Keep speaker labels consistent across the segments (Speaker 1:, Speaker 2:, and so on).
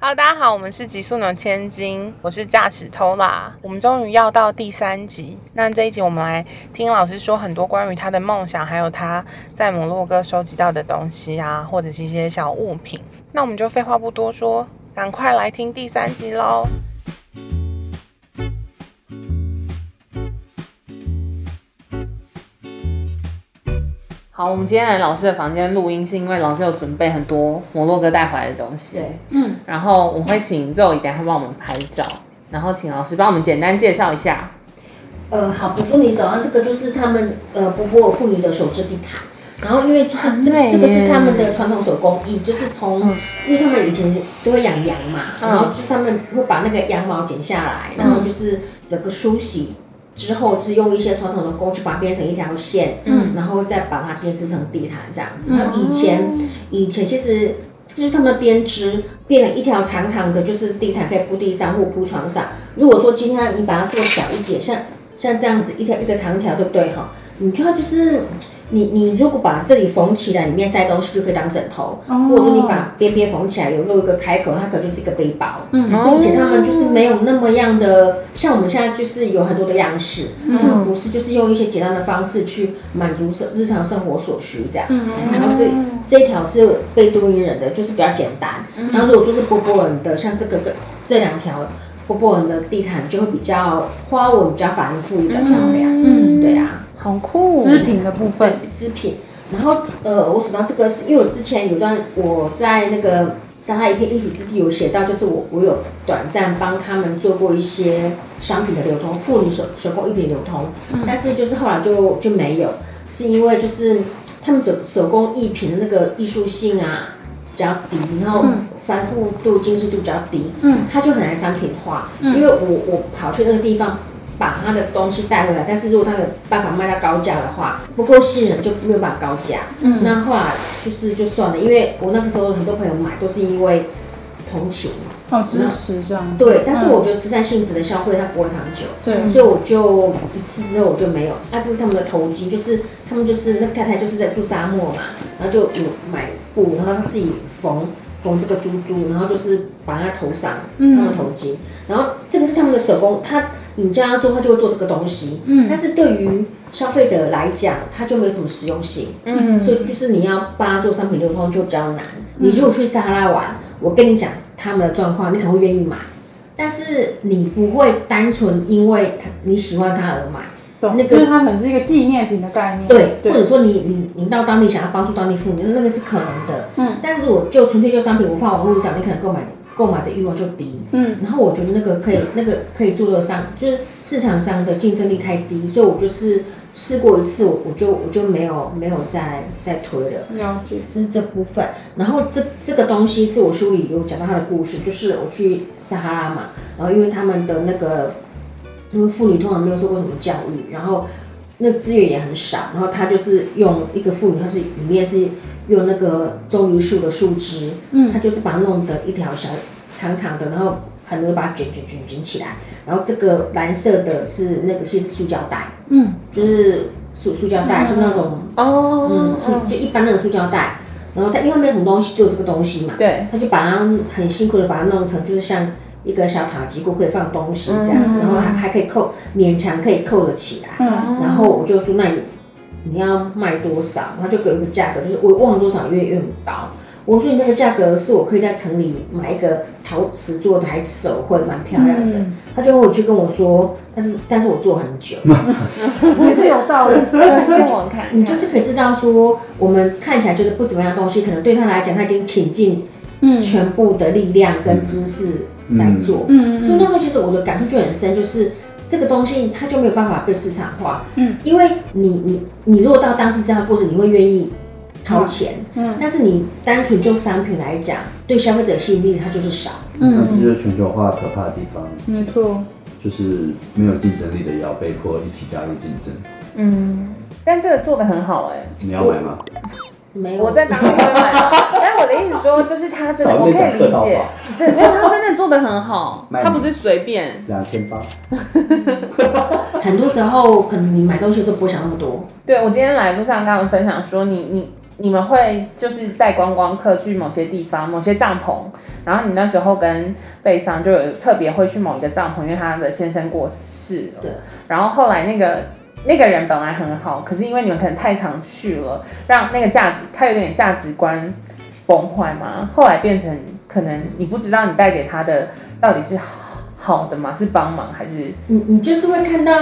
Speaker 1: Hello，大家好，我们是极速能千金，我是驾驶偷啦。我们终于要到第三集，那这一集我们来听老师说很多关于他的梦想，还有他在摩洛哥收集到的东西啊，或者是一些小物品。那我们就废话不多说，赶快来听第三集喽。好，我们今天来老师的房间录音，是因为老师有准备很多摩洛哥带回来的东西。
Speaker 2: 对，
Speaker 1: 然后我会请肉一等一下帮我们拍照，然后请老师帮我们简单介绍一下。
Speaker 2: 呃，好，捕捉你手上这个就是他们呃不波尔妇女的手织地毯，然后因为就是这
Speaker 1: 美
Speaker 2: 这个
Speaker 1: 耶嗯
Speaker 2: 是他们的传统手工艺，就是从、因为他们以前都会养羊嘛，然后就是他们会把那个羊毛剪下来，然
Speaker 1: 嗯
Speaker 2: 后就是整个梳洗。之后就是用一些传统的工具把它编成一条线，嗯，然后再把它编织成地毯这样
Speaker 1: 嗯
Speaker 2: 子。然后以前，以前其实就是他们的编织变成一条长长的，就是地毯可以铺地上或铺床上。如果说今天你把它做小一点，像像这样子一条一个长条，对不对哈？你就要就是你你如果把这里缝起来，里面塞东西就可以当枕头；或者说你把边边缝起来，有露一个开口，它可能就是一个背包。嗯，所以以前他们就是没有那么样的，像我们现在就是有很多的样式，他们不是就是用一些简单的方式去满足生日常生活所需这样子。然后这这一条是贝都因人的，就是比较简单。然后如果说是波波人的，像这个跟这两条。波波纹的地毯就会比较花纹比较繁复，比较漂亮。嗯，对啊，
Speaker 1: 好酷
Speaker 3: 织品的部分，
Speaker 2: 织品。然后呃，我手上这个是因为我之前有段我在那个上海一片艺术之地有写到，就是我我有短暂帮他们做过一些商品的流通，妇女手手工艺品流通，但是就是后来就就没有，是因为就是他们手手工艺品的那个艺术性啊比较低，然后繁复度、精致度比较低，嗯，它就很难商品化，因为我我跑去那个地方。把他的东西带回来，但是如果他没有办法卖到高价的话，不够吸引人就没有办法高价。嗯，那后来就是就算了，因为我那个时候很多朋友买都是因为同情，
Speaker 3: 哦，支持这样子。
Speaker 2: 对，但是
Speaker 3: 嗯
Speaker 2: 我觉得慈善性质的消费它不会长久，
Speaker 3: 对
Speaker 2: 所以我就一次之后我就没有。那、这是他们的头巾，就是他们就是那个太太就是在住沙漠嘛，然后就有买布，然后她自己缝缝这个珠珠，然后就是绑在头上，他们的头巾。然后这个是他们的手工，他你叫他做，他就会做这个东西。嗯，但是对于消费者来讲，它就没有什么实用性。嗯，所以就是你要帮他做商品流通就比较难。你如果去撒哈拉玩，我跟你讲他们的状况，你可能会愿意买。但是你不会单纯因为他你喜欢它而买，
Speaker 3: 嗯懂，
Speaker 2: 那个
Speaker 3: 就是它可能是一个纪念品的概念。
Speaker 2: 对，或
Speaker 3: 对，
Speaker 2: 者说你你你到当地想要帮助当地妇女，那个是可能的。嗯，但是我就纯粹就商品，我放网络上，你可能购买购买的欲望就低。嗯，然后我觉得那个可以那个可以做得上，就是市场上的竞争力太低，所以我就是试过一次，我我就我就没有没有再再推了。
Speaker 3: 了解。
Speaker 2: 就是这部分。然后这这个东西是我书里有讲到他的故事，就是我去撒哈拉嘛，然后因为他们的那个，因为妇女通常没有受过什么教育，然后那资源也很少，然后他就是用一个妇女，她是里面是用那个棕榈树的树枝，嗯，他就是把它弄得一条小长长的，然后很多人把它卷卷卷卷起来，然后这个蓝色的是那个是塑胶袋，嗯，就是塑塑胶袋，就那种
Speaker 1: 哦
Speaker 2: 嗯，塑就一般那种塑胶袋，然后它因为它没有什么东西，只有这个东西嘛，
Speaker 1: 对，
Speaker 2: 他就把它很辛苦的把它弄成就是像一个小塔吉锅可以放东西这样子，然后还还可以扣，勉强可以扣得起来。
Speaker 3: 嗯
Speaker 2: 然后我就说，那你你要卖多少？然后就给我一个价格，就是我忘了多少，越越很高。我说你那个价格是我可以在城里买一个陶瓷做的，还是手绘，蛮漂亮的。他就回去跟我说，但是但是我做很久，哦
Speaker 3: 也是有 道理。
Speaker 1: 让我看
Speaker 2: 你就是可以知道说，我们看起来觉得不怎么样的东西，可能对他来讲，他已经倾尽
Speaker 3: 嗯
Speaker 2: 全部的力量跟知识来做。嗯，所以那时候其实我的感触就很深，就是这个东西它就没有办法被市场化。嗯，因为你你你如果到当地这样的过程，你会愿意掏钱。嗯，但是你单纯就商品来讲，对消费者吸引力它就是少。
Speaker 4: 那这就是全球化可怕的地方，
Speaker 2: 嗯
Speaker 3: 没错，
Speaker 4: 就是没有竞争力的也要被迫一起加入竞争。
Speaker 5: 但这个做的很
Speaker 4: 欸
Speaker 5: 好哎、
Speaker 4: 你要买吗？
Speaker 2: 没有，
Speaker 5: 我在 当时会买，但哎我的意思说，就是他真的，
Speaker 4: 少
Speaker 5: 我
Speaker 4: 一
Speaker 5: 可
Speaker 4: 点
Speaker 5: 以
Speaker 4: 哦讲客
Speaker 5: 理
Speaker 4: 套
Speaker 5: 解
Speaker 4: 话，
Speaker 5: 对，没有他真的做的很好，
Speaker 4: 卖你
Speaker 5: 他不是随便，
Speaker 4: 两千八，
Speaker 2: 很多时候可能你买东西的时候不会想那么多。
Speaker 5: 对我今天来路上跟他们分享说，你你你们会就是带观光客去某些地方、某些帐篷，然后你那时候跟贝桑就有特别会去某一个帐篷，因为他的先生过世了。
Speaker 2: 对。
Speaker 5: 然后后来那个那个人本来很好，可是因为你们可能太常去了，让那个价值他有点价值观崩坏嘛，后来变成可能你不知道你带给他的到底是好好的吗？是帮忙还是
Speaker 2: 你你就是会看到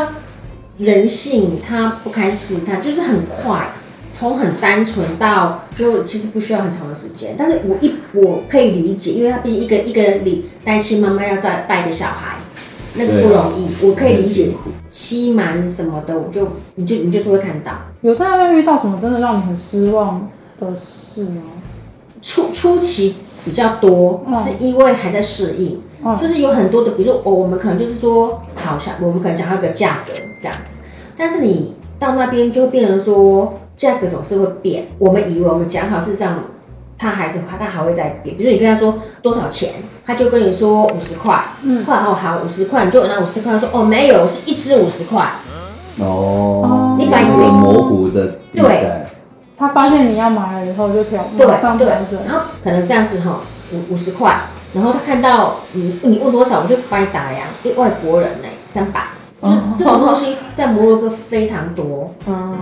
Speaker 2: 人性，他不开心，他就是很快，从很单纯到就其实不需要很长的时间。但是我一我可以理解，因为他毕竟一个一个理单亲妈妈要再带一个小孩，那个不
Speaker 4: 对啊
Speaker 2: 容易，我可以理解
Speaker 4: 很辛。苦
Speaker 2: 欺瞒什么的，我就你就你就是会看到。
Speaker 3: 有在那边遇到什么真的让你很失望的事吗？
Speaker 2: 初初期比较多，是因为还在适应，
Speaker 3: 嗯
Speaker 2: 就是有很多的，比如说哦，我们可能就是说，好像我们可能讲到一个价格这样子，但是你到那边就会变成说，价格总是会变。我们以为我们讲好，事实上他还是他还会再变。比如说你跟他说多少钱，他就跟你说五十块，嗯，后来哦好五十块，你就拿五十块说哦没有，是一支五十块，
Speaker 4: 哦，
Speaker 2: 你本来以为
Speaker 4: 有个模糊的地带，
Speaker 3: 他发现你要买了以后就调，
Speaker 2: 对
Speaker 3: 马上
Speaker 2: 对
Speaker 3: 调整，。
Speaker 2: 然后可能这样子哈，五五十块，然后他看到你你问多少，我就把你打量，一外国人呢、三百，就这种东西在摩洛哥非常多，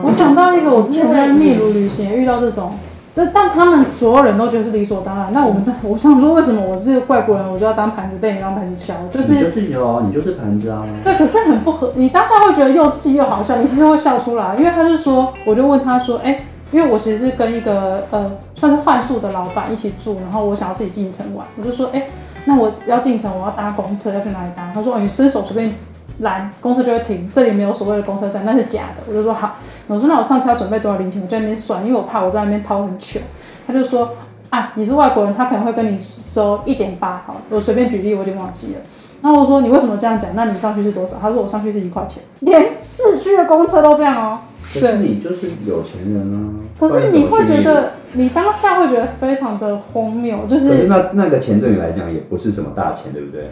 Speaker 3: 我想到一个，我之前在秘鲁旅行也遇到这种，但但他们所有人都觉得是理所当然。那我们，我想说，为什么我是外国人，我就要当盘子被你当盘子敲？就
Speaker 4: 你
Speaker 3: 是
Speaker 4: 就是有，你就是盘子啊。
Speaker 3: 对，可是很不合。你当下会觉得又气又好笑，你是会笑出来，因为他就说，我就问他说，哎、因为我其实是跟一个呃算是幻术的老板一起住，然后我想要自己进城玩，我就说，哎、那我要进城，我要搭公车，要去哪里搭？他说，哦，你伸手随便拦，公车就会停，这里没有所谓的公车站，那是假的。我就说好，我说那我上次要准备多少零钱，我就在那边算，因为我怕我在那边掏很久。他就说啊，你是外国人，他可能会跟你收一点八，好了，我随便举例，我有点忘记了。然后我说你为什么这样讲？那你上去是多少？他说我上去是一块钱，连市区的公车都这样哦、
Speaker 4: 可是你就是有钱人啊。
Speaker 3: 可是你会觉
Speaker 4: 不然怎么去秘鲁，
Speaker 3: 得，你当下会觉得非常的荒谬，就
Speaker 4: 可是
Speaker 3: 是
Speaker 4: 那那个钱对你来讲也不是什么大钱，对不对？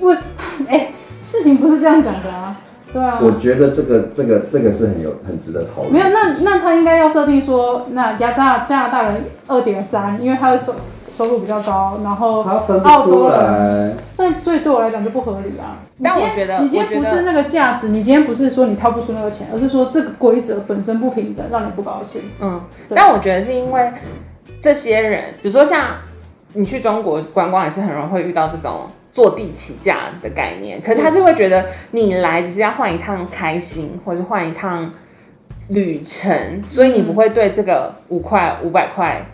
Speaker 3: 为什哎、事情不是这样讲的啊，对啊。
Speaker 4: 我觉得这个这个这个是很有很值得讨论。
Speaker 3: 没有，那那他应该要设定说，那加加加拿大人二点三，因为他的收收入比较高，然后
Speaker 4: 他分
Speaker 3: 澳
Speaker 4: 不出
Speaker 3: 洲人，
Speaker 4: 来。
Speaker 3: 但所以对我来讲就不合理啊。你
Speaker 5: 但
Speaker 3: 今
Speaker 5: 我
Speaker 3: 天
Speaker 5: 觉得
Speaker 3: 你今天
Speaker 5: 我
Speaker 3: 不
Speaker 5: 觉
Speaker 3: 是
Speaker 5: 得
Speaker 3: 那个价值，你今天不是说你掏不出那个钱，而是说这个规则本身不平等，让你不高兴。
Speaker 5: 嗯，
Speaker 3: 对
Speaker 5: 但我觉得是因为这些人，比如说像你去中国观光，也是很容易会遇到这种坐地起价的概念。可是他是会觉得你来只是要换一趟开心，或是换一趟旅程，所以你不会对这个五块、五百块，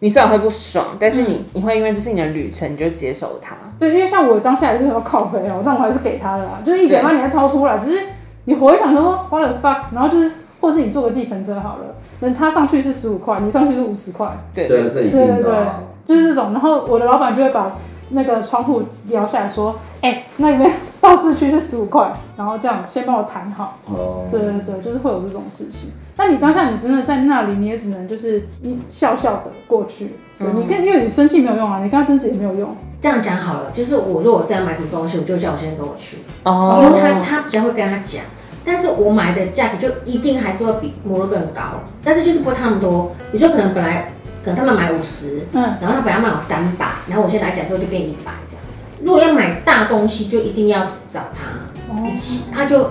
Speaker 5: 你虽然会不爽，但是你、你会因为这是你的旅程，你就接受它。
Speaker 3: 对，因为像我当下也是要靠回啊，但我还是给他的啦，就是一点
Speaker 5: 对
Speaker 3: 半你还掏出来，只是你回想说花了 fuck，然后就是或是你坐个计程车好了，那他上去是十五块，你上去是五十块，
Speaker 5: 对
Speaker 4: 对，这一定的啊。
Speaker 3: 就是这种。然后我的老板就会把那个窗户摇下来说，哎、那边 到市区是十五块，然后这样先帮我谈好。
Speaker 4: 哦，
Speaker 3: 对对对，就是会有这种事情。但你当下你真的在那里，你也只能就是你笑笑的过去。对，你跟因为你生气没有用啊，你跟他争执也没有用。
Speaker 2: 这样讲好了，就是我如果我这样买什么东西，我就叫我先生跟我去，
Speaker 5: 哦
Speaker 2: 因为他他比较会跟他讲。但是我买的价格就一定还是会比摩洛哥更高，但是就是不会差那么多。你说可能本来可能他们买五十，
Speaker 3: 嗯，
Speaker 2: 然后他本来卖我三百，然后我现在来讲之后就变一百这样子。如果要买大东西，就一定要找他一起，他就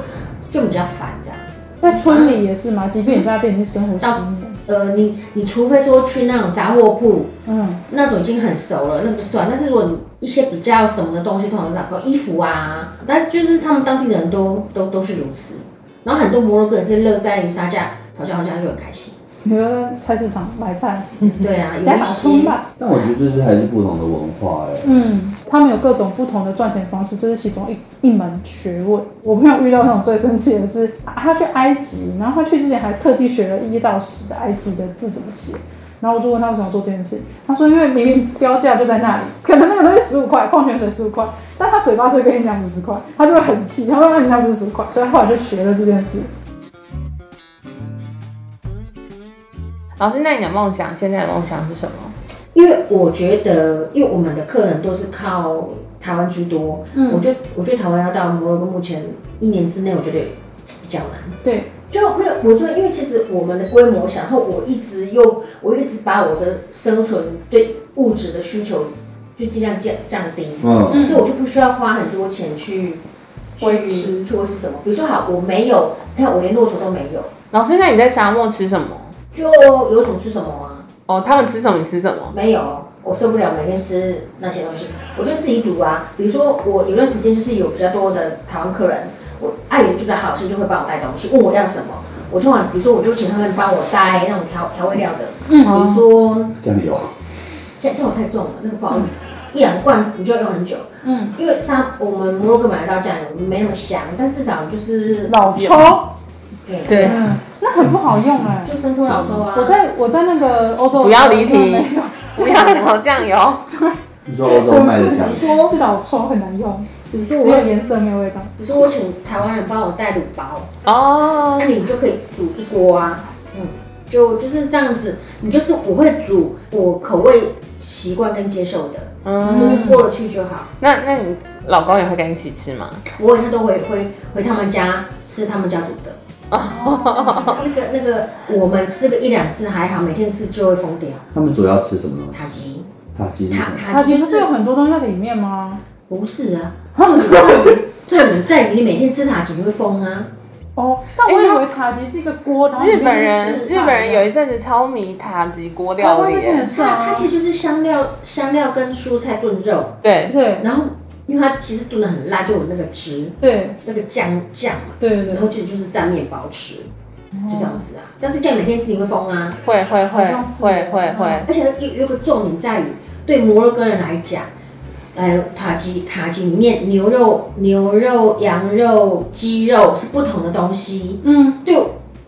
Speaker 2: 就比较烦这样子。
Speaker 3: 在村里也是嘛，即便你在那边已经生活十年，
Speaker 2: 呃，你你除非说去那种杂货铺
Speaker 3: 嗯，
Speaker 2: 那种已经很熟了，那个就算。但是如果你一些比较什么的东西，通常找不到衣服啊，但就是他们当地人都都都是如此。然后很多摩洛哥人是乐在于杀价、讨价还价就很开心。
Speaker 3: 你觉得菜市场买菜
Speaker 2: 对啊，有
Speaker 3: 嗯加
Speaker 2: 一
Speaker 3: 把
Speaker 2: 些
Speaker 3: 葱吧，
Speaker 4: 但我觉得这是还是不同的文化哎。
Speaker 3: 嗯，他们有各种不同的赚钱方式，这是其中一一门学问。我朋友遇到那种最生气的是，啊他去埃及，然后他去之前还特地学了一到十的埃及的字怎么写。然后我就问他为什么做这件事，他说因为明明标价就在那里，可能那个东西十五块，矿泉水十五块，但他嘴巴就跟你讲五十块，他就会很气，他说那你那不是十五块，所以他后来就学了这件事。
Speaker 5: 老师，那你的梦想，现在的梦想是什么？
Speaker 2: 因为我觉得，因为我们的客人都是靠台湾居
Speaker 3: 嗯
Speaker 2: 多，我觉得我觉得台湾要到摩洛哥目前一年之内，我觉得嘖比较难，
Speaker 3: 对，
Speaker 2: 就没有我说，因为其实我们的规模小，然后我一直又我一直把我的生存对物质的需求就尽量降降低，
Speaker 4: 嗯，
Speaker 2: 所以我就不需要花很多钱去去
Speaker 3: 维持
Speaker 2: 去或是什么。比如说好，我没有，你看我连骆驼都没有，
Speaker 5: 老师，那你在沙漠吃什么？
Speaker 2: 就有什么吃什么啊？
Speaker 5: 哦，他们吃什么，你吃什么？
Speaker 2: 没有，我受不了每天吃那些东西，我就自己煮啊。比如说我有段时间就是有比较多的台湾客人，我爱人就比较好吃，就会帮我带东西，问我要什么。我通常比如说我就请他们帮我带那种调调味料的，嗯比
Speaker 3: 哦啊
Speaker 2: 如说
Speaker 4: 酱油，
Speaker 2: 这这种太重了，那个不好意思，一两罐你就要用很久。嗯，因为像我们摩洛哥买得到酱油没那么香，但至少就是
Speaker 3: 老抽，
Speaker 2: 对，
Speaker 5: 对，
Speaker 3: 嗯，那很不好用哎、
Speaker 2: 就生抽老抽啊。
Speaker 3: 我在我在那个欧洲，
Speaker 5: 不要离题
Speaker 3: 没有，
Speaker 5: 不 要聊酱油。
Speaker 4: 你说欧洲卖的酱油，
Speaker 3: 说是老抽很难用，
Speaker 2: 比如说
Speaker 3: 只
Speaker 2: 我
Speaker 3: 有，颜色没有味道。
Speaker 2: 比如说我请台湾人帮我带卤包，
Speaker 5: 哦
Speaker 2: 那，你就可以煮一锅啊，嗯，就就是这样子，你就是我会煮我口味习惯跟接受的，
Speaker 5: 嗯
Speaker 2: 就是过得去就好。
Speaker 5: 那那你老公也会跟你一起吃吗？
Speaker 2: 我每天都回回回他们家吃他们家煮的。 那个那个，我们吃个一两次还好，每天吃就会疯掉。
Speaker 4: 他们主要吃什么东西？
Speaker 2: 塔吉，
Speaker 4: 嗯塔吉是什
Speaker 2: 塔
Speaker 4: 么？
Speaker 3: 它
Speaker 2: 塔
Speaker 3: 其
Speaker 2: 吉就
Speaker 3: 实是
Speaker 2: 是
Speaker 3: 有很多东西在里面吗？
Speaker 2: 不是啊？重点是重点在于你每天吃塔吉你会疯啊！
Speaker 3: 哦，但我以为塔吉是一个锅，然后
Speaker 5: 日本人
Speaker 3: 哦里面就是
Speaker 5: 日本人有一阵子超迷塔吉锅
Speaker 3: 台
Speaker 5: 料
Speaker 3: 湾
Speaker 5: 理
Speaker 3: 之前也
Speaker 5: 耶，
Speaker 3: 是
Speaker 2: 它它
Speaker 3: 啊，
Speaker 2: 其实就是香料香料跟蔬菜炖肉，
Speaker 5: 对，
Speaker 3: 对
Speaker 2: 然后因为它其实炖的很辣，就有那个汁
Speaker 3: 对
Speaker 2: 那个酱酱嘛，
Speaker 3: 对对
Speaker 2: 然
Speaker 3: 对，
Speaker 2: 后其实就是蘸面包吃，就这样子啊。但是这样每天吃你会疯啊！
Speaker 5: 会会会
Speaker 3: 像是嗯
Speaker 5: 会会会，
Speaker 2: 而且有有个重点在于，对摩洛哥人来讲，呃，塔吉塔吉里面牛肉、牛肉、羊肉、鸡肉是不同的东西。
Speaker 3: 嗯
Speaker 2: 对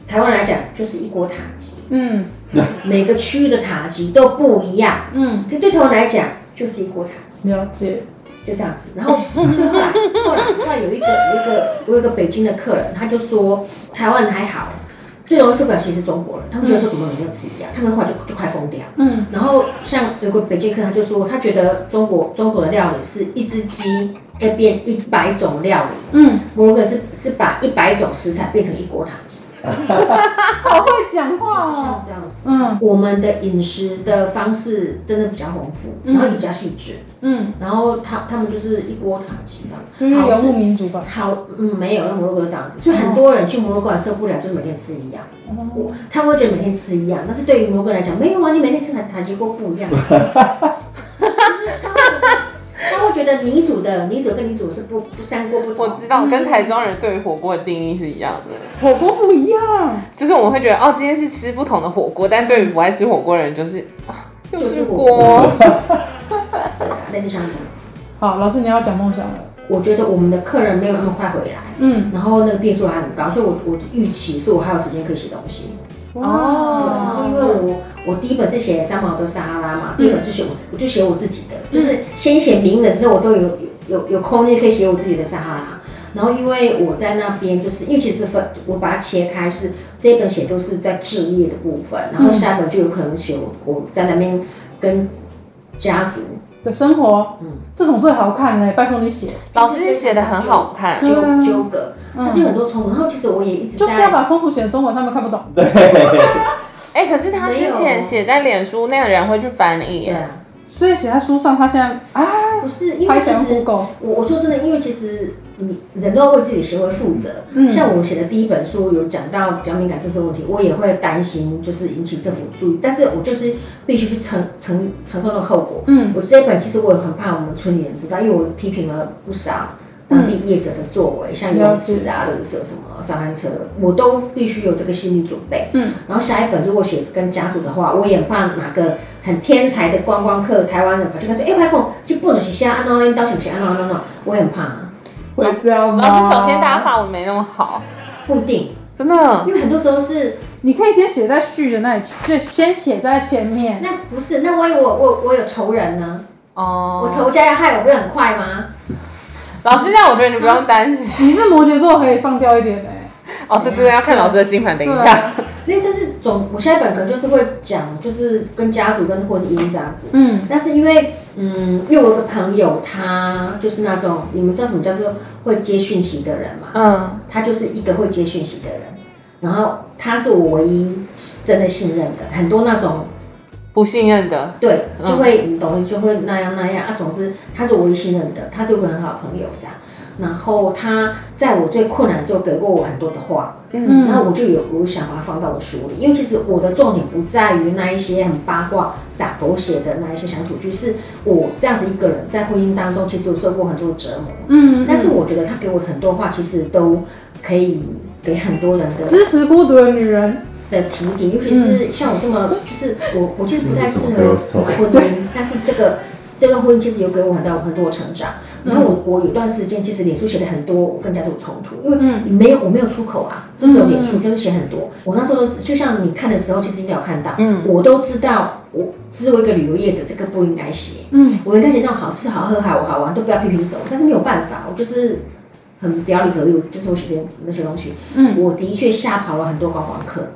Speaker 2: 台湾人来讲，就是一锅塔吉，
Speaker 3: 嗯
Speaker 2: 每个区域的塔吉都不一样。
Speaker 3: 嗯，
Speaker 2: 可对台湾人来讲，就是一锅塔吉，
Speaker 3: 了解，
Speaker 2: 就这样子。然后所以后来后来后来有一个有一个我有一个北京的客人，他就说台湾还好。最容易受不了其实是中国人，他们觉得说怎么每天都吃一样，他们后来就就快疯掉。
Speaker 3: 嗯
Speaker 2: 然后像有个北京客，他就说他觉得中国中国的料理是一只鸡在变一百种料理，
Speaker 3: 嗯，
Speaker 2: 摩洛哥是是把一百种食材变成一锅汤汁，
Speaker 3: 好会讲话
Speaker 2: 就是
Speaker 3: 哦，
Speaker 2: 像这样子。
Speaker 3: 嗯
Speaker 2: 我们的饮食的方式真的比较丰富，然后也比较细致，
Speaker 3: 嗯，
Speaker 2: 然后他他们就是一锅汤汁这
Speaker 3: 因为
Speaker 2: 样，好
Speaker 3: 游牧
Speaker 2: 吃。
Speaker 3: 民族吧，
Speaker 2: 好，嗯，没有，那摩洛哥都这样子，所以很多人去摩洛哥受不了，就是每天吃一样。
Speaker 5: 哦
Speaker 2: 我他会觉得每天吃一样，但是对于摩洛哥来讲，没有啊，你每天吃塔塔吉锅不一样。就是他会觉得他会觉得你煮的，你煮跟你煮是不不三锅不同。
Speaker 5: 我知道，跟台中人对于火锅的定义是一样的，
Speaker 3: 火锅不一样，
Speaker 5: 就是我们会觉得哦，今天是吃不同的火锅，但对于不爱吃火锅的人就是啊，又
Speaker 2: 就是是火
Speaker 5: 锅，
Speaker 2: 类似像这样子，
Speaker 3: 好，老师你要讲梦想了，
Speaker 2: 我觉得我们的客人没有那么快回来，
Speaker 3: 嗯，
Speaker 2: 然后那个变数还很高，所以我我预期是我还有时间可以写东西。然
Speaker 3: 哦
Speaker 2: 后因为我我第一本是写三毛的撒哈拉嘛，第一本就写我自我就写我自己的，就是先写名人之后，我终于有有有空间可以写我自己的撒哈拉。然后因为我在那边，就是因为其实分我把它切开，就是这一本写都是在置业的部分，然后下一本就有可能写我我在那边跟家族
Speaker 3: 的生活，
Speaker 5: 嗯
Speaker 3: 这种最好看嘞，拜托你写，
Speaker 5: 老师写的很好看，
Speaker 3: 对啊
Speaker 2: 纠纠葛，但嗯是有很多冲突。然后其实我也一直在
Speaker 3: 就是要把冲突写成中文，他们看不懂，
Speaker 5: 哎、可是他之前写在脸书，那个人会去翻译
Speaker 2: 对，啊，
Speaker 3: 所以写在书上，他现在啊，
Speaker 2: 不是因
Speaker 3: 他
Speaker 2: 为其
Speaker 3: 想
Speaker 2: 实
Speaker 3: 用 Google，
Speaker 2: 我我说真的，因为其实你人都要为自己的行为负责。像我写的第一本书有讲到比较敏感政策问题，我也会担心就是引起政府注意，但是我就是必须去承承承受那个后果。
Speaker 3: 嗯，
Speaker 2: 我这一本其实我也很怕我们村里人知道，因为我批评了不少。当地业者的作为，像游泳池啊、垃圾什么、上山车，我都必须有这个心理准备。嗯，然后下一本如果写跟家属的话，我也很怕哪个很天才的观光客，台湾人跑去跟他说：“哎、欸，外公就不能写啊下安诺那刀，写不写安诺安诺？”我也很怕、
Speaker 4: 会这样
Speaker 3: 啊
Speaker 5: 老师首先打法文没那么好，
Speaker 2: 不一定，
Speaker 5: 真的
Speaker 2: 因为很多时候是
Speaker 3: 你可以先写在序的那里，就先写在前面，
Speaker 2: 那不是，那万一我我我有仇人呢？我
Speaker 5: 哦。
Speaker 2: 仇家要害我，不是很快吗？
Speaker 5: 老师，那我觉得你不用担
Speaker 3: 你
Speaker 5: 心。
Speaker 3: 是摩羯座可以放掉一点嘞、啊
Speaker 5: 哦，对对对，要看老师的星盘，等一下。
Speaker 2: 没有，但是总我下一本可能就是会讲，就是跟家族跟婚姻这样子。
Speaker 3: 嗯，
Speaker 2: 但是因为，嗯，因为我有个朋友，他就是那种你们知道什么叫做会接讯息的人嘛？
Speaker 5: 嗯，
Speaker 2: 他就是一个会接讯息的人。然后他是我唯一真的信任的，很多那种
Speaker 5: 不信任的，
Speaker 2: 对，就会你懂，就会那样那样啊。总之，他是我唯一信任的，他是我很好的朋友这样。然后他在我最困难的时候给过我很多的话，嗯，然后我就有我想把它放到我书里，因为其实我的重点不在于那一些很八卦、撒狗血的那一些乡土剧，是我这样子一个人在婚姻当中，其实我受过很多折磨，
Speaker 3: 嗯，
Speaker 2: 但是我觉得他给我很多话，其实都可以给很多人的
Speaker 3: 支持孤独的女人，
Speaker 2: 的提点，尤其是像我这么，就是我我其实不太适合婚姻，但是这个这段婚姻其实有给我很大很多的成长。然后我我有段时间其实脸书写的很多，我跟家族冲突，因为没有我没有出口啊，就只有脸书就是写很多。我那时候就像你看的时候，其实应该有看到，我都知道，我作为一个旅游业者，这个不应该写，
Speaker 3: 嗯，
Speaker 2: 我应该写那种好吃好喝好好玩都不要批评什么，但是没有办法，我就是。很表里合一，我就是我写这些那些东西，
Speaker 3: 嗯
Speaker 2: 我的确吓跑了很多观光客，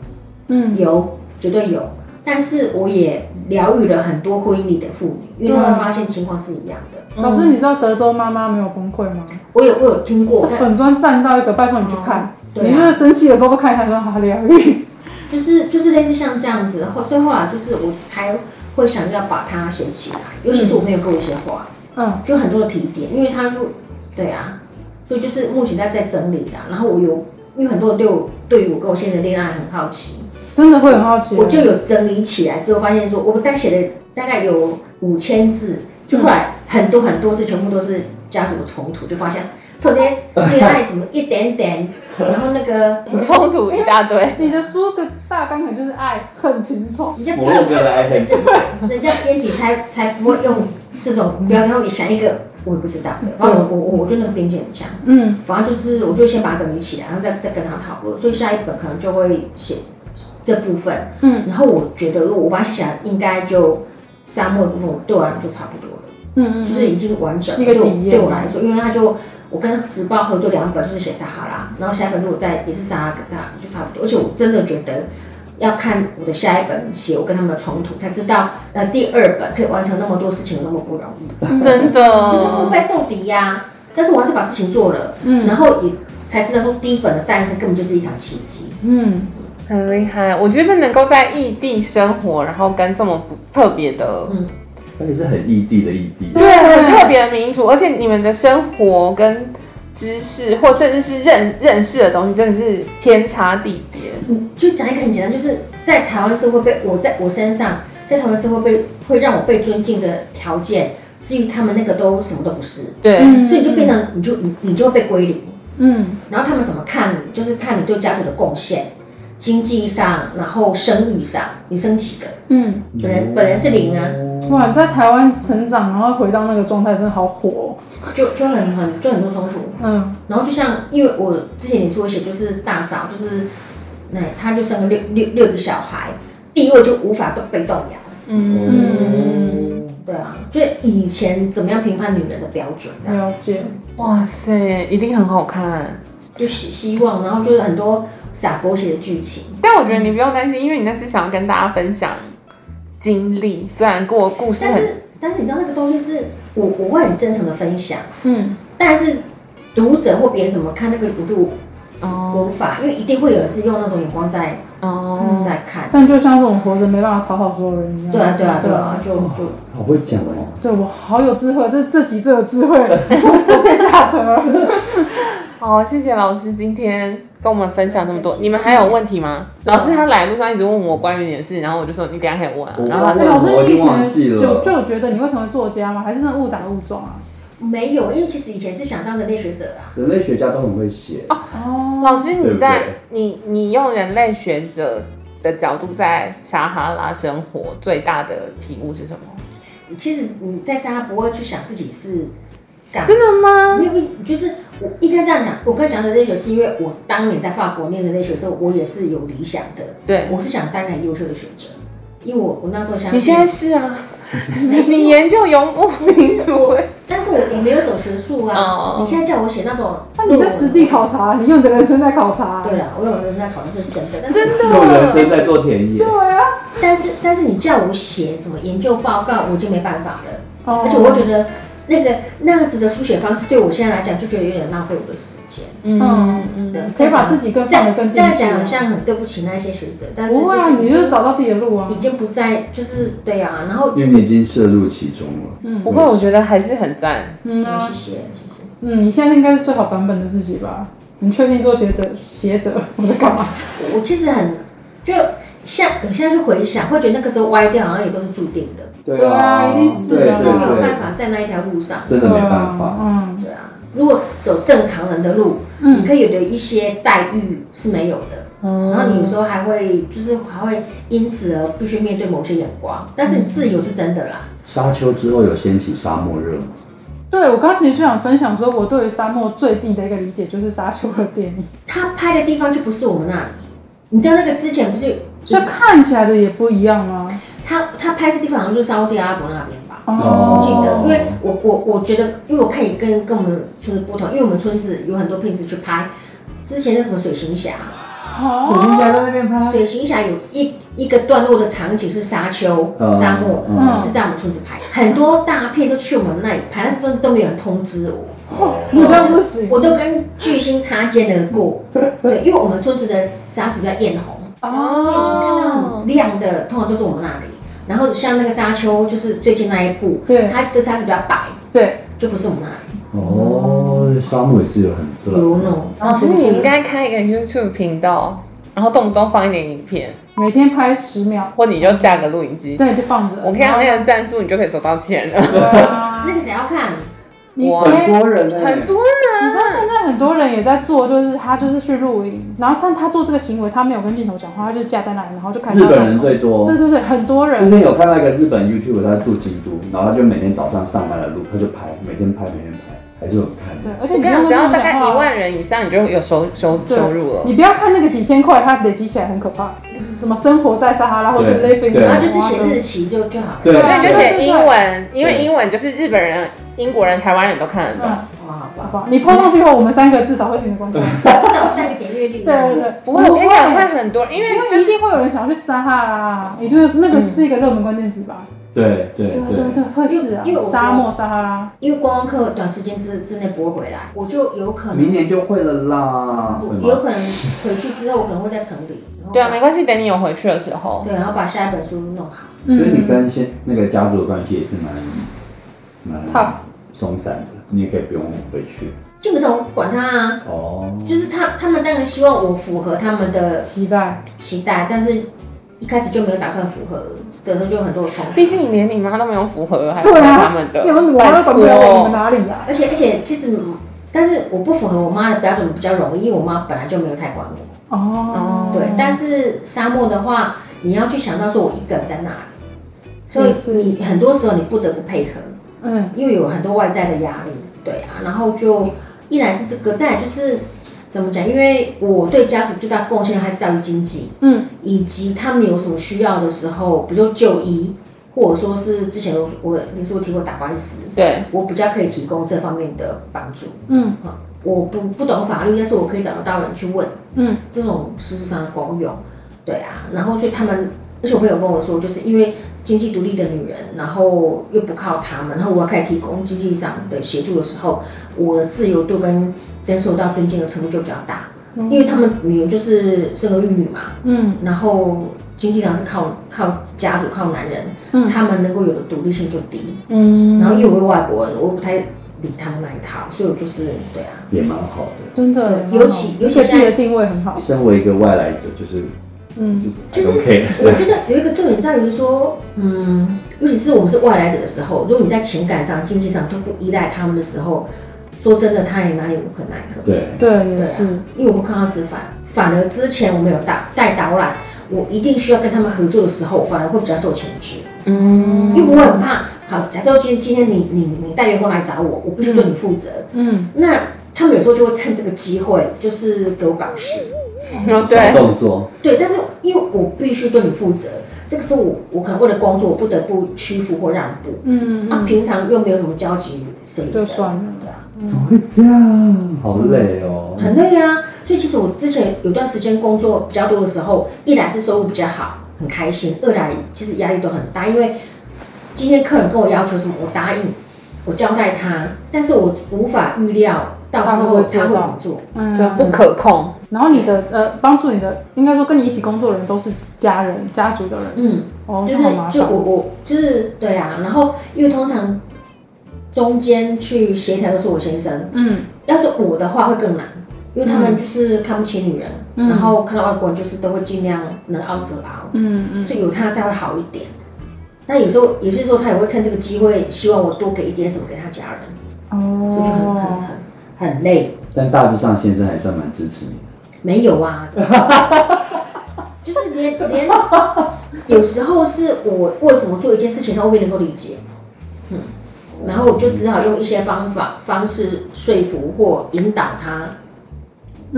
Speaker 3: 嗯
Speaker 2: 有，绝对有。但是我也疗愈了很多婚姻里的妇女，因为他们发现情况是一样的。
Speaker 3: 老师，你知道德州妈妈没有崩溃吗？
Speaker 2: 我有我有听过
Speaker 3: 这，
Speaker 2: 但
Speaker 3: 粉砖站到一个，拜托你去看，
Speaker 2: 对
Speaker 3: 你就
Speaker 2: 啊
Speaker 3: 是，生气的时候都看一看，说好疗 愈。
Speaker 2: 就是就是类似像这样子，后所以后来就是我才会想要把它写起来，尤其是我朋友给我一些话，
Speaker 3: 嗯
Speaker 2: 就很多的提点，因为他就对啊，所以就是目前在在整理啦。然后我有，因为很多人对我对于我跟我现在的恋爱很好奇，
Speaker 3: 真的会很好奇，
Speaker 2: 我就有整理起来之后，发现说我大概写了大概有五千字，就后来很多很多字全部都是家族冲突，就发现突然间恋爱怎么一点点，然后那 个
Speaker 5: 冲突一大堆。
Speaker 3: 你的书的大纲可能就是爱恨情仇，
Speaker 2: 人家
Speaker 4: 摩洛哥的 iPad 机
Speaker 2: 人家编辑才才不会用这种标题，他们想一个我也不知道的，反正我我我我就那个编辑很强，
Speaker 3: 嗯
Speaker 2: 反正就是我就先把它整理起来，然后再再跟他讨论，所以下一本可能就会写这部分，
Speaker 3: 嗯
Speaker 2: 然后我觉得如果我把它写起来，应该就沙漠的部分我对我来说就差不多了。
Speaker 3: 嗯
Speaker 2: 就是已经完整了
Speaker 3: 一个
Speaker 2: 对我
Speaker 3: 体验
Speaker 2: 对我来说，因为他就我跟时报合作两本，就是写撒哈拉，然后下一本如果再也是撒哈拉，跟他就差不多。而且我真的觉得要看我的下一本写我跟他们的冲突，才知道呃第二本可以完成那么多事情有那么不容易，
Speaker 5: 真
Speaker 2: 就是腹
Speaker 5: 的，
Speaker 2: 背受敌呀、但是我还是把事情做了，
Speaker 3: 嗯
Speaker 2: 然后也才知道说第一本的诞生根本就是一场奇迹。
Speaker 3: 嗯，
Speaker 5: 很厉害。我觉得能够在异地生活，然后跟这么不特别的，
Speaker 4: 而且是很异地的异地。
Speaker 5: 嗯对，很特别的民族，而且你们的生活跟知识，或甚至是认认识的东西，真的是天差地别。
Speaker 2: 嗯，就讲一个很简单，就是在台湾社会被我在我身上，在台湾社会被会让我被尊敬的条件，至于他们那个都什么都不是，
Speaker 5: 对，
Speaker 2: 所以你就变成你就你你就会被归零，
Speaker 3: 嗯
Speaker 2: 然后他们怎么看你，就是看你对家族的贡献，经济上，然后生育上，你生几个，
Speaker 3: 嗯，
Speaker 2: 本人本人是零啊，
Speaker 3: 哇，你在台湾成长，然后回到那个状态，真的好火、哦。
Speaker 2: 就就很很就很多冲突，
Speaker 3: 嗯
Speaker 2: 然后就像因为我之前也是会写，就是大嫂就是，那她就生了六六六个小孩，地位就无法都被动摇。
Speaker 3: 嗯，
Speaker 2: 对啊，就以前怎么样评判女人的标准，这样
Speaker 3: 了解。
Speaker 5: 哇塞，一定很好看。
Speaker 2: 就希希望，然后就是很多傻狗血的剧情，
Speaker 5: 但我觉得你不用担心，因为你那是想要跟大家分享经历，虽然跟我故事
Speaker 2: 但
Speaker 5: 很
Speaker 2: 是但是你知道那个东西是我我会很真诚的分享，
Speaker 3: 嗯
Speaker 2: 但是读者或别人怎么看那个我就
Speaker 5: 哦
Speaker 2: 无法，因为一定会有人是用那种眼光在
Speaker 5: 哦，
Speaker 2: 在看，
Speaker 3: 但就像这种活着没办法讨好所有人一样。
Speaker 2: 对啊对啊对啊，就就
Speaker 4: 好会讲哦，
Speaker 3: 对我好有智慧，这这集最有智慧 了，我可以下车了。
Speaker 5: 好，谢谢老师今天跟我们分享那么多
Speaker 2: 不。客气
Speaker 5: 你们还有问题吗？老师他来路上一直问我关于你的事，然后我就说你等一下可以问啊
Speaker 4: 我。
Speaker 5: 然后他
Speaker 4: 忘
Speaker 3: 哎，
Speaker 4: 了
Speaker 3: 老师，
Speaker 4: 我
Speaker 3: 你
Speaker 4: 已
Speaker 3: 以
Speaker 4: 经忘记
Speaker 3: 前
Speaker 4: 了
Speaker 3: 就就有觉得你会成为作家吗？还是真的误打误撞啊？
Speaker 2: 没有，因为其实以前是想当人类学者啊，
Speaker 4: 人类学家都很会写，
Speaker 3: 哦，
Speaker 5: 老师
Speaker 4: 对
Speaker 5: 你
Speaker 4: 不
Speaker 5: 在
Speaker 4: 对
Speaker 5: 你你用人类学者的角度在撒哈拉生活，最大的体悟是什么？
Speaker 2: 其实你在沙拉不会去想自己是干嘛
Speaker 5: 真的吗？
Speaker 2: 没有，就是我应该这样讲。我跟你讲人类学是因为我当年在法国念人类学的时候，我也是有理想的，
Speaker 5: 对，
Speaker 2: 我是想当个很优秀的学者，因为我我那时候想，
Speaker 5: 你现在是啊，你研究游牧民族欸，
Speaker 2: 但是我我没有走学术
Speaker 5: 哦
Speaker 2: 啊。你现在叫我写那种，
Speaker 3: 那你在实地考？察，你用你的人生在考察。
Speaker 2: 啊
Speaker 3: 啊
Speaker 2: 对啊了，我有人在考察，这是真的。但是
Speaker 5: 真的
Speaker 4: 用人生在做田野，
Speaker 2: 但是但是你叫我写什么研究报告，我已经没办法了，
Speaker 3: 哦，
Speaker 2: 啊而且我会觉得那个那样子的书写方式，对我现在来讲就觉得有点浪费我的时间。
Speaker 3: 嗯
Speaker 5: 嗯
Speaker 2: 对，
Speaker 3: 可以把自己更
Speaker 2: 这
Speaker 3: 放得
Speaker 2: 样
Speaker 3: 更
Speaker 2: 这
Speaker 3: 精
Speaker 2: 样
Speaker 3: 致
Speaker 2: 讲好
Speaker 3: 啊。
Speaker 2: 像很对不起那些学者，但是
Speaker 3: 不会啊，
Speaker 2: 就是
Speaker 3: 你就是找到自己的路啊
Speaker 2: 已。经不在，就是对啊，然后
Speaker 4: 因为你已经涉入其中了。嗯，
Speaker 5: 不过我觉得还是很赞，
Speaker 3: 嗯
Speaker 2: 嗯
Speaker 3: 啊
Speaker 2: 谢，谢谢谢。
Speaker 3: 嗯，你现在应该是最好版本的自己吧？你确定做学者？学者我在干嘛？
Speaker 2: 我其实很就像我现在去回想，会觉得那个时候歪掉好像也都是注定的，
Speaker 4: 对
Speaker 3: 对啊一定是
Speaker 4: 对
Speaker 3: 啊
Speaker 2: 就是没有
Speaker 4: 对
Speaker 2: 办
Speaker 4: 对，
Speaker 2: 法在那一条路上。
Speaker 4: 真的没办法。
Speaker 3: 嗯，
Speaker 2: 对啊，如果走正常人的路，你可以有的一些待遇是没有的。然后你有时候还会，就是还会因此而必须面对某些眼光，但是你自由是真的啦。
Speaker 4: 沙丘之后有掀起沙漠热吗？
Speaker 3: 对我刚刚其实就想分享说，我对于沙漠最近的一个理解就是沙丘的电影，
Speaker 2: 他拍的地方就不是我们那里，你知道那个之前不是
Speaker 3: 所以看起来的也不一样啊。
Speaker 2: 他他拍摄地方好像就是沙特阿拉伯那边吧？
Speaker 4: 哦
Speaker 2: 我记得，因为我我我觉得，因为我看也跟跟我们村子不同，因为我们村子有很多片子去拍，之前那什么水行侠，
Speaker 3: 哦，
Speaker 4: 我在那边拍。
Speaker 2: 水行侠有一一个段落的场景是沙丘、
Speaker 4: 嗯
Speaker 2: 沙漠，
Speaker 4: 嗯
Speaker 2: 是在我们村子拍的，很多大片都去我们那里拍，但是都都没有人通知我。
Speaker 3: 你这样不行
Speaker 2: 我都跟巨星擦肩而过，对，因为我们村子的沙子比较艳红，所以我们看到
Speaker 3: 哦，
Speaker 2: 很亮的，通常都是我们那里。然后像那个沙丘，就是最近那一部，
Speaker 3: 对
Speaker 2: 它的沙子比较白，
Speaker 3: 对，
Speaker 2: 就不是我们那里。
Speaker 4: 哦，沙漠也是有很多。
Speaker 2: 有啊那种，
Speaker 5: 哦，其实你应该开一个 YouTube 频道，然后动不动放一点影片，
Speaker 3: 每天拍十秒，
Speaker 5: 或你就架个录影机，
Speaker 3: 对，就放着。
Speaker 5: 我看到那个赞数，你就可以收到钱了。
Speaker 3: 对啊
Speaker 2: 那个谁要看？
Speaker 3: 你
Speaker 5: 哇
Speaker 3: 可以
Speaker 4: 很多人呢，
Speaker 5: 很多
Speaker 3: 你知道现在很多人也在做，就是他就是去露营，然后但他做这个行为，他没有跟镜头讲话，他就架在那里，然后就看
Speaker 4: 日
Speaker 3: 他
Speaker 4: 本人
Speaker 3: 走
Speaker 4: 最多。
Speaker 3: 对对对，很多
Speaker 4: 之
Speaker 3: 人
Speaker 4: 前有看到一个日本 YouTube，他住京都，然后他就每天早上上班的路，他就拍，每天拍，每天拍，还是有人看
Speaker 3: 对
Speaker 4: 的。，
Speaker 3: 而且
Speaker 5: 我
Speaker 3: 你
Speaker 5: 跟你讲，只要大概
Speaker 3: 不用跟镜
Speaker 5: 一
Speaker 3: 头讲话
Speaker 5: 万人以上，你就有收收
Speaker 3: 对
Speaker 5: 收
Speaker 4: 啊
Speaker 5: 入了。
Speaker 3: 你不要看那个几千块，它累积起来很可怕。什么生活在撒哈拉，或是 living，
Speaker 2: 然
Speaker 4: 对
Speaker 2: 后
Speaker 3: 在
Speaker 2: 就是
Speaker 3: 撒哈
Speaker 2: 写
Speaker 3: 拉
Speaker 2: 日期就就好了。
Speaker 4: 对
Speaker 3: 对
Speaker 5: 那
Speaker 3: 啊
Speaker 5: 你就写英文，
Speaker 4: 对
Speaker 5: 因为英文就是日本人、英国人、台湾人都看得懂。
Speaker 3: 嗯，
Speaker 2: 哇，好
Speaker 3: 好
Speaker 2: 吧，
Speaker 3: 不好？你抛上去后，我们三个至少会是你的观众。
Speaker 2: 至少有三个点阅率。啊
Speaker 3: 对对对，
Speaker 5: 不会，我跟你讲会很多，因为
Speaker 3: 因
Speaker 5: 就
Speaker 3: 为一
Speaker 5: 是
Speaker 3: 定会有人想要去撒哈拉，也就是那个是一个热门关键词吧？
Speaker 4: 对啊对
Speaker 3: 对对对，会是啊
Speaker 2: 因为因为，我
Speaker 3: 沙漠撒哈拉，
Speaker 2: 因为观光客短时间之之内不会回来，我就有
Speaker 3: 啊
Speaker 2: 可
Speaker 4: 明
Speaker 2: 能，
Speaker 4: 年就会了啦。会
Speaker 2: 我有
Speaker 4: 吗？
Speaker 2: 可能回去之后，我可能会在城里。然后
Speaker 5: 对啊，没关系，等你有回去的时候。
Speaker 2: 对，然后把下一本书弄好。
Speaker 3: 嗯
Speaker 4: 所以你跟先那个家族的关系也是蛮
Speaker 3: Tough
Speaker 4: 蛮松散的，你也可以不用回去。
Speaker 2: 基本上我不管他
Speaker 3: 嗯
Speaker 2: 啊，
Speaker 4: 哦，
Speaker 2: 就是他他们当然希望我符合他们的
Speaker 3: 期待。
Speaker 2: 期待，但是一开始就没有打算符合，等候就有很多的冲突。
Speaker 5: 毕竟你连你妈都没有符合，还符合
Speaker 3: 对啊，
Speaker 5: 他们的，
Speaker 3: 有没有我都管不了我们
Speaker 5: 拜托
Speaker 3: 哪里啊呀？
Speaker 2: 而且而且其实，嗯但是我不符合我妈的标准比较容易，因为我妈本来就没有太管我。
Speaker 3: 哦，
Speaker 2: 对，但是沙漠的话，你要去想到说我一个人在那里，所以
Speaker 3: 是是
Speaker 2: 你很多时候你不得不配合，
Speaker 3: 嗯，
Speaker 2: 因为有很多外在的压力。对啊，然后就一来是这个，再来就是怎么讲？因为我对家属最大贡献还是在于经济，
Speaker 3: 嗯，
Speaker 2: 以及他们有什么需要的时候，比如说就医，或者说是之前我我你说我提过打官司，
Speaker 5: 对，
Speaker 2: 我比较可以提供这方面的帮助。
Speaker 3: 嗯
Speaker 2: 啊，我不不懂法律，但是我可以找得到人去问。
Speaker 3: 嗯，
Speaker 2: 这种事实上的功用，对啊。然后所以他们，而且我朋友跟我说，就是因为经济独立的女人，然后又不靠他们，然后我可以提供经济上的协助的时候，我的自由度跟跟受到尊敬的程度就比较大，因为他们女人就是生儿育女嘛，
Speaker 3: 嗯，
Speaker 2: 然后经济上是靠靠家族靠男人，
Speaker 3: 嗯
Speaker 2: 他们能够有的独立性就低，
Speaker 3: 嗯，
Speaker 2: 然后因为我是外国人，我不太理他们那一套，所以我就是对啊，
Speaker 4: 也蛮好的。
Speaker 3: 真的，嗯
Speaker 2: 尤其
Speaker 3: 有
Speaker 2: 尤其
Speaker 3: 自己
Speaker 2: 现在
Speaker 3: 的定位很好，
Speaker 4: 身为一个外来者，就是
Speaker 3: 嗯
Speaker 4: 就是
Speaker 2: 就是
Speaker 4: OK，
Speaker 2: 我觉得有一个重点在于说，嗯，尤其是我们是外来者的时候，如果你在情感上、经济上都不依赖他们的时候，说真的，他也哪里无可奈何。
Speaker 4: 对
Speaker 3: 对，
Speaker 2: 对
Speaker 3: 也
Speaker 2: 啊
Speaker 3: 是，
Speaker 2: 因为我不靠他吃饭，反而之前我们有带带导览，我一定需要跟他们合作的时候，反而会比较受牵制，啊
Speaker 5: 嗯，
Speaker 2: 因为我很怕。好，假设今今天你你你带员工来找我，我必须对你负责，
Speaker 3: 嗯，
Speaker 2: 那他们有时候就会趁这个机会，就是给我搞事。
Speaker 5: 哦
Speaker 4: 小
Speaker 5: 对，
Speaker 4: 动作，
Speaker 2: 对，但是因为我必须对你负责，这个是我我可能为了工作，我不得不屈服或让步。
Speaker 3: 嗯
Speaker 2: 那、平常又没有什么交集，谁与
Speaker 3: 就
Speaker 2: 谁
Speaker 3: 算了
Speaker 2: 对啊，
Speaker 4: 怎么会这样？好累哦。
Speaker 3: 嗯
Speaker 2: 很累啊。所以其实我之前有段时间工作比较多的时候，一来是收入比较好，很开心；二来其实压力都很大，因为今天客人跟我要求什么，我答应，我交代他，但是我无法预料到时候他会怎么做。
Speaker 3: 嗯
Speaker 5: 就不可控。
Speaker 3: 然后你的呃，帮助你的，应该说跟你一起工作的人都是家人、家族的人，
Speaker 2: 嗯，
Speaker 3: 哦，
Speaker 2: 就
Speaker 3: 这
Speaker 2: 是
Speaker 3: 好麻
Speaker 2: 就
Speaker 3: 烦
Speaker 2: 我。我就是对啊，然后因为通常中间去协调都是我先生，
Speaker 3: 嗯，
Speaker 2: 要是我的话会更难，因为他们就是看不起女人，然后看到外国人就是都会尽量能凹则凹，
Speaker 3: 嗯嗯
Speaker 2: 所以有他才会好一点。那有时候有些时候他也会趁这个机会，希望我多给一点什么给他家人，所以就很很
Speaker 3: 哦，
Speaker 2: 很很累。
Speaker 4: 但大致上先生还算蛮支持你的。
Speaker 2: 没有啊，怎么会就是连连有时候是我为什么做一件事情，他未必能够理解，嗯，然后我就只好用一些方法方式说服或引导他，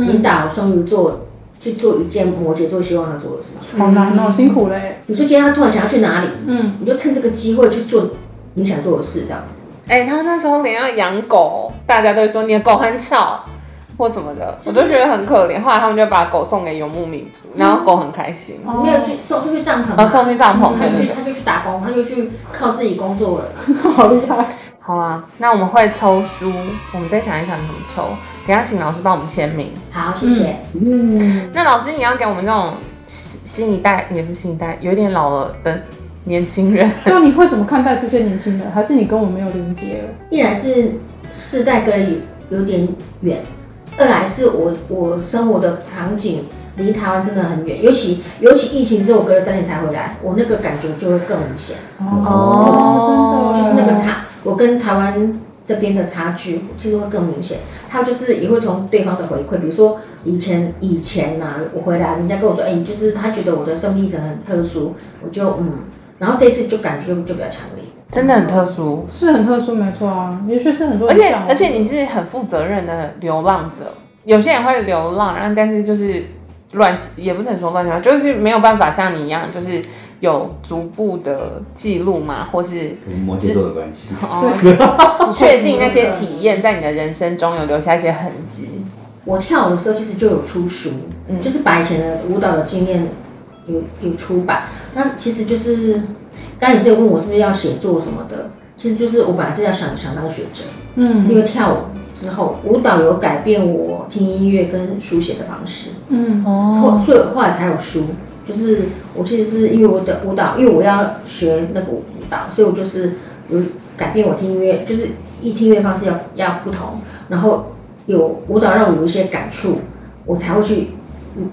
Speaker 2: 引导双鱼座去做一件摩羯座希望他做的事情。
Speaker 3: 好难
Speaker 2: 嗯
Speaker 3: 哦，辛苦嘞。
Speaker 2: 你说今天他突然想要去哪里，
Speaker 3: 嗯，
Speaker 2: 你就趁这个机会去做你想做的事，这样子。
Speaker 5: 哎、他那时候连要养狗，大家都会说你的狗很吵或什么的，我都觉得很可怜。后来他们就把狗送给游牧民族，然后狗很开心，
Speaker 3: 哦
Speaker 2: 没有去送出去战场嘛，
Speaker 5: 然哦后送去帐篷。
Speaker 2: 他
Speaker 5: 对对
Speaker 2: 去
Speaker 5: 对，
Speaker 2: 他就去打工，他就去靠自己工作了。
Speaker 3: 好厉害。
Speaker 5: 好啊，那我们会抽书，我们再想一想怎么抽。等一下请老师帮我们签名。
Speaker 2: 好，谢谢。嗯
Speaker 5: 那老师，你要给我们那种新新一代，也不是新一代，有点老了的年轻人，
Speaker 3: 那你会怎么看待这些年轻人？还是你跟我没有连接？
Speaker 2: 一来是世代隔离有有点远，二来是我我生活的场景离台湾真的很远，尤其尤其疫情之后，我隔了三年才回来，我那个感觉就会更明显，
Speaker 5: 哦
Speaker 2: 就
Speaker 3: 真
Speaker 2: 是
Speaker 3: 的，
Speaker 2: 那个差，我跟台湾这边的差距其实会更明显。还有就是也会从对方的回馈，比如说以前以前呐、我回来人家跟我说，哎、你就是他觉得我的生命历程很特殊，我就嗯，然后这一次就感觉就就比较强烈。
Speaker 5: 真的很特 殊。
Speaker 3: 是很特殊，没错啊，的确是很多
Speaker 5: 而
Speaker 3: 人
Speaker 5: 且
Speaker 3: 向往
Speaker 5: 而且你是很负责任的流浪者，有些人会流浪，然后但是就是乱七，也不能说乱七八糟，就是没有办法像你一样，就是有逐步的记录嘛，或是
Speaker 4: 跟摩羯座的关系，
Speaker 5: 哦，确定那些体验在你的人生中有留下一些痕迹。
Speaker 2: 我跳舞的时候其实就有出书，就是把以前的舞蹈的经验有有出版。那其实就是，刚才你最后问我是不是要写作什么的，其实就是我本来是要想想当学者，
Speaker 3: 嗯
Speaker 2: 是因为跳舞之后舞蹈有改变我听音乐跟书写的方式，
Speaker 3: 嗯
Speaker 2: 后所以后来才有书。就是我其实是因为我的舞蹈，因为我要学那个舞蹈，所以我就是有改变我听音乐，就是一听音乐方式要要不同，然后有舞蹈让我有一些感触，我才会去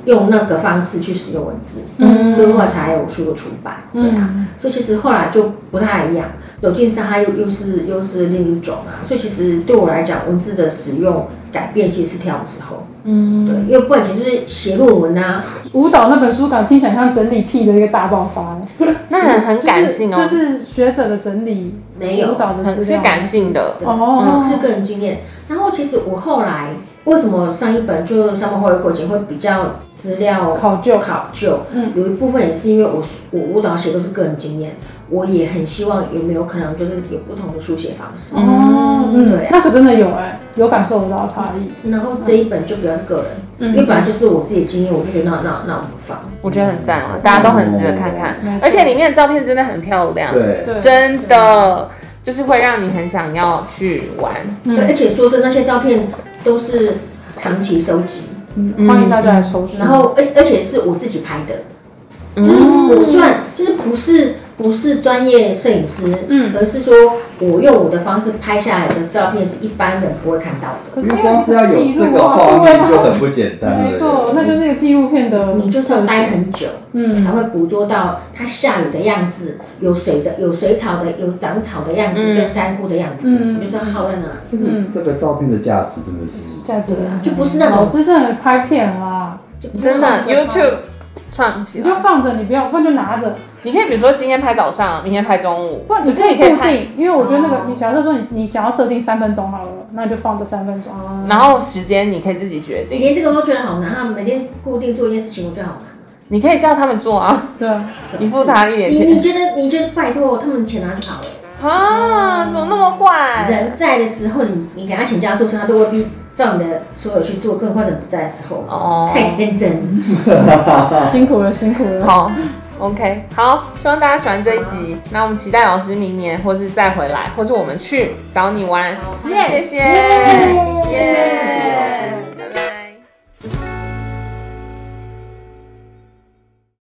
Speaker 2: 用那个方式去使用文字，
Speaker 3: 嗯
Speaker 2: 所以后来才有书的出版，对啊，所以其实后来就不太一样，走进沙哈又又是又是另一种啊，所以其实对我来讲，文字的使用改变其实是跳舞之后，嗯，对，因为不然以前就是写论文啊，
Speaker 3: 舞蹈那本书感觉听起来像整理癖的一个大爆发，
Speaker 5: 那很很感性哦，
Speaker 3: 就是就是学者的整理
Speaker 2: 没有
Speaker 3: 舞蹈的
Speaker 5: 很
Speaker 3: 资
Speaker 5: 是
Speaker 3: 料，
Speaker 5: 感性的。
Speaker 3: 哦
Speaker 2: 是是个人经验。然后其实我后来为什么上一本就《沙漠后的口诀》会比较资料
Speaker 3: 考究
Speaker 2: 考究，
Speaker 3: 嗯
Speaker 2: 有一部分也是因为我我舞蹈写都是个人经验，我也很希望有没有可能就是有不同的书写方式。
Speaker 3: 哦，嗯
Speaker 2: 对，啊
Speaker 3: 那可真的有哎，有感受得到差异，
Speaker 2: 然后这一本就比较是个人，
Speaker 3: 嗯
Speaker 2: 因为本来就是我自己的经验，我就觉得那那那我们放。
Speaker 5: 我觉得很赞啊，大家都很值得看看
Speaker 3: 没，错
Speaker 5: 而且里面的照片真的很漂亮，
Speaker 4: 对，
Speaker 3: 对，
Speaker 5: 真的就是会让你很想要去玩。
Speaker 3: 嗯
Speaker 2: 而且说真的，那些照片都是长期收集，
Speaker 3: 嗯欢迎大家来抽书，
Speaker 5: 嗯
Speaker 2: 然后而而且是我自己拍的，
Speaker 3: 嗯
Speaker 2: 就是我虽然就是不是不是专业摄影师，嗯，而是说我用我的方式拍下来的照片是一般人不会看到的。
Speaker 3: 可是
Speaker 4: 因为
Speaker 3: 因
Speaker 4: 光
Speaker 3: 为
Speaker 4: 是要有
Speaker 3: 记
Speaker 4: 这
Speaker 3: 录
Speaker 4: 个
Speaker 3: 啊，
Speaker 4: 画
Speaker 3: 对
Speaker 4: 面就
Speaker 3: 啊，
Speaker 4: 很不简单了。
Speaker 3: 没错，那就是一个纪录片的
Speaker 2: 你就是要
Speaker 3: 特
Speaker 2: 待
Speaker 3: 写，
Speaker 2: 很久，
Speaker 3: 嗯
Speaker 2: 才会捕捉到它下雨的样子，有水的、有水草的、有长草的样子，跟干枯的样子，
Speaker 3: 嗯
Speaker 2: 你就是要耗在那里。
Speaker 3: 嗯，
Speaker 4: 这个照片的价值真的是
Speaker 3: 价值观
Speaker 2: 啊就不是那种
Speaker 3: 老师真的拍片啦，
Speaker 2: 就不是
Speaker 5: 真的
Speaker 2: 那种
Speaker 5: ，YouTube 创起
Speaker 3: 你就
Speaker 5: 来。
Speaker 3: 放着，你不要，不然就拿着。
Speaker 5: 你可以比如说今天拍早上，明天拍中午，
Speaker 3: 不然你
Speaker 5: 就是
Speaker 3: 可以
Speaker 5: 你可以
Speaker 3: 固
Speaker 5: 拍，
Speaker 3: 定，因为我觉得那个，你假设说你你想要设定三分钟好了，那你就放这三分钟。
Speaker 2: 哦
Speaker 5: 然后时间你可以自己决
Speaker 2: 你
Speaker 5: 定，
Speaker 2: 连这个都觉得好难，他每天固定做一件事情，我觉得好难。
Speaker 5: 你可以叫他们做啊，
Speaker 3: 对啊，
Speaker 5: 你付他一点
Speaker 2: 你你
Speaker 5: 钱
Speaker 2: 觉得你觉得拜托他们钱拿就好了。
Speaker 5: 啊，怎么那么坏？
Speaker 2: 人在的时候，你你给他请假做事，他都未必照你的所有去做，更何况人不在的时候，
Speaker 5: 哦
Speaker 2: 太天真。
Speaker 3: 辛苦了，辛苦了。
Speaker 5: 好， OK，好，希望大家喜欢这一集。那我们期待老师明年或是再回来，或是我们去找你玩。
Speaker 2: 好
Speaker 5: 谢谢，
Speaker 1: 嗯
Speaker 2: 耶
Speaker 5: 耶
Speaker 2: 谢谢老师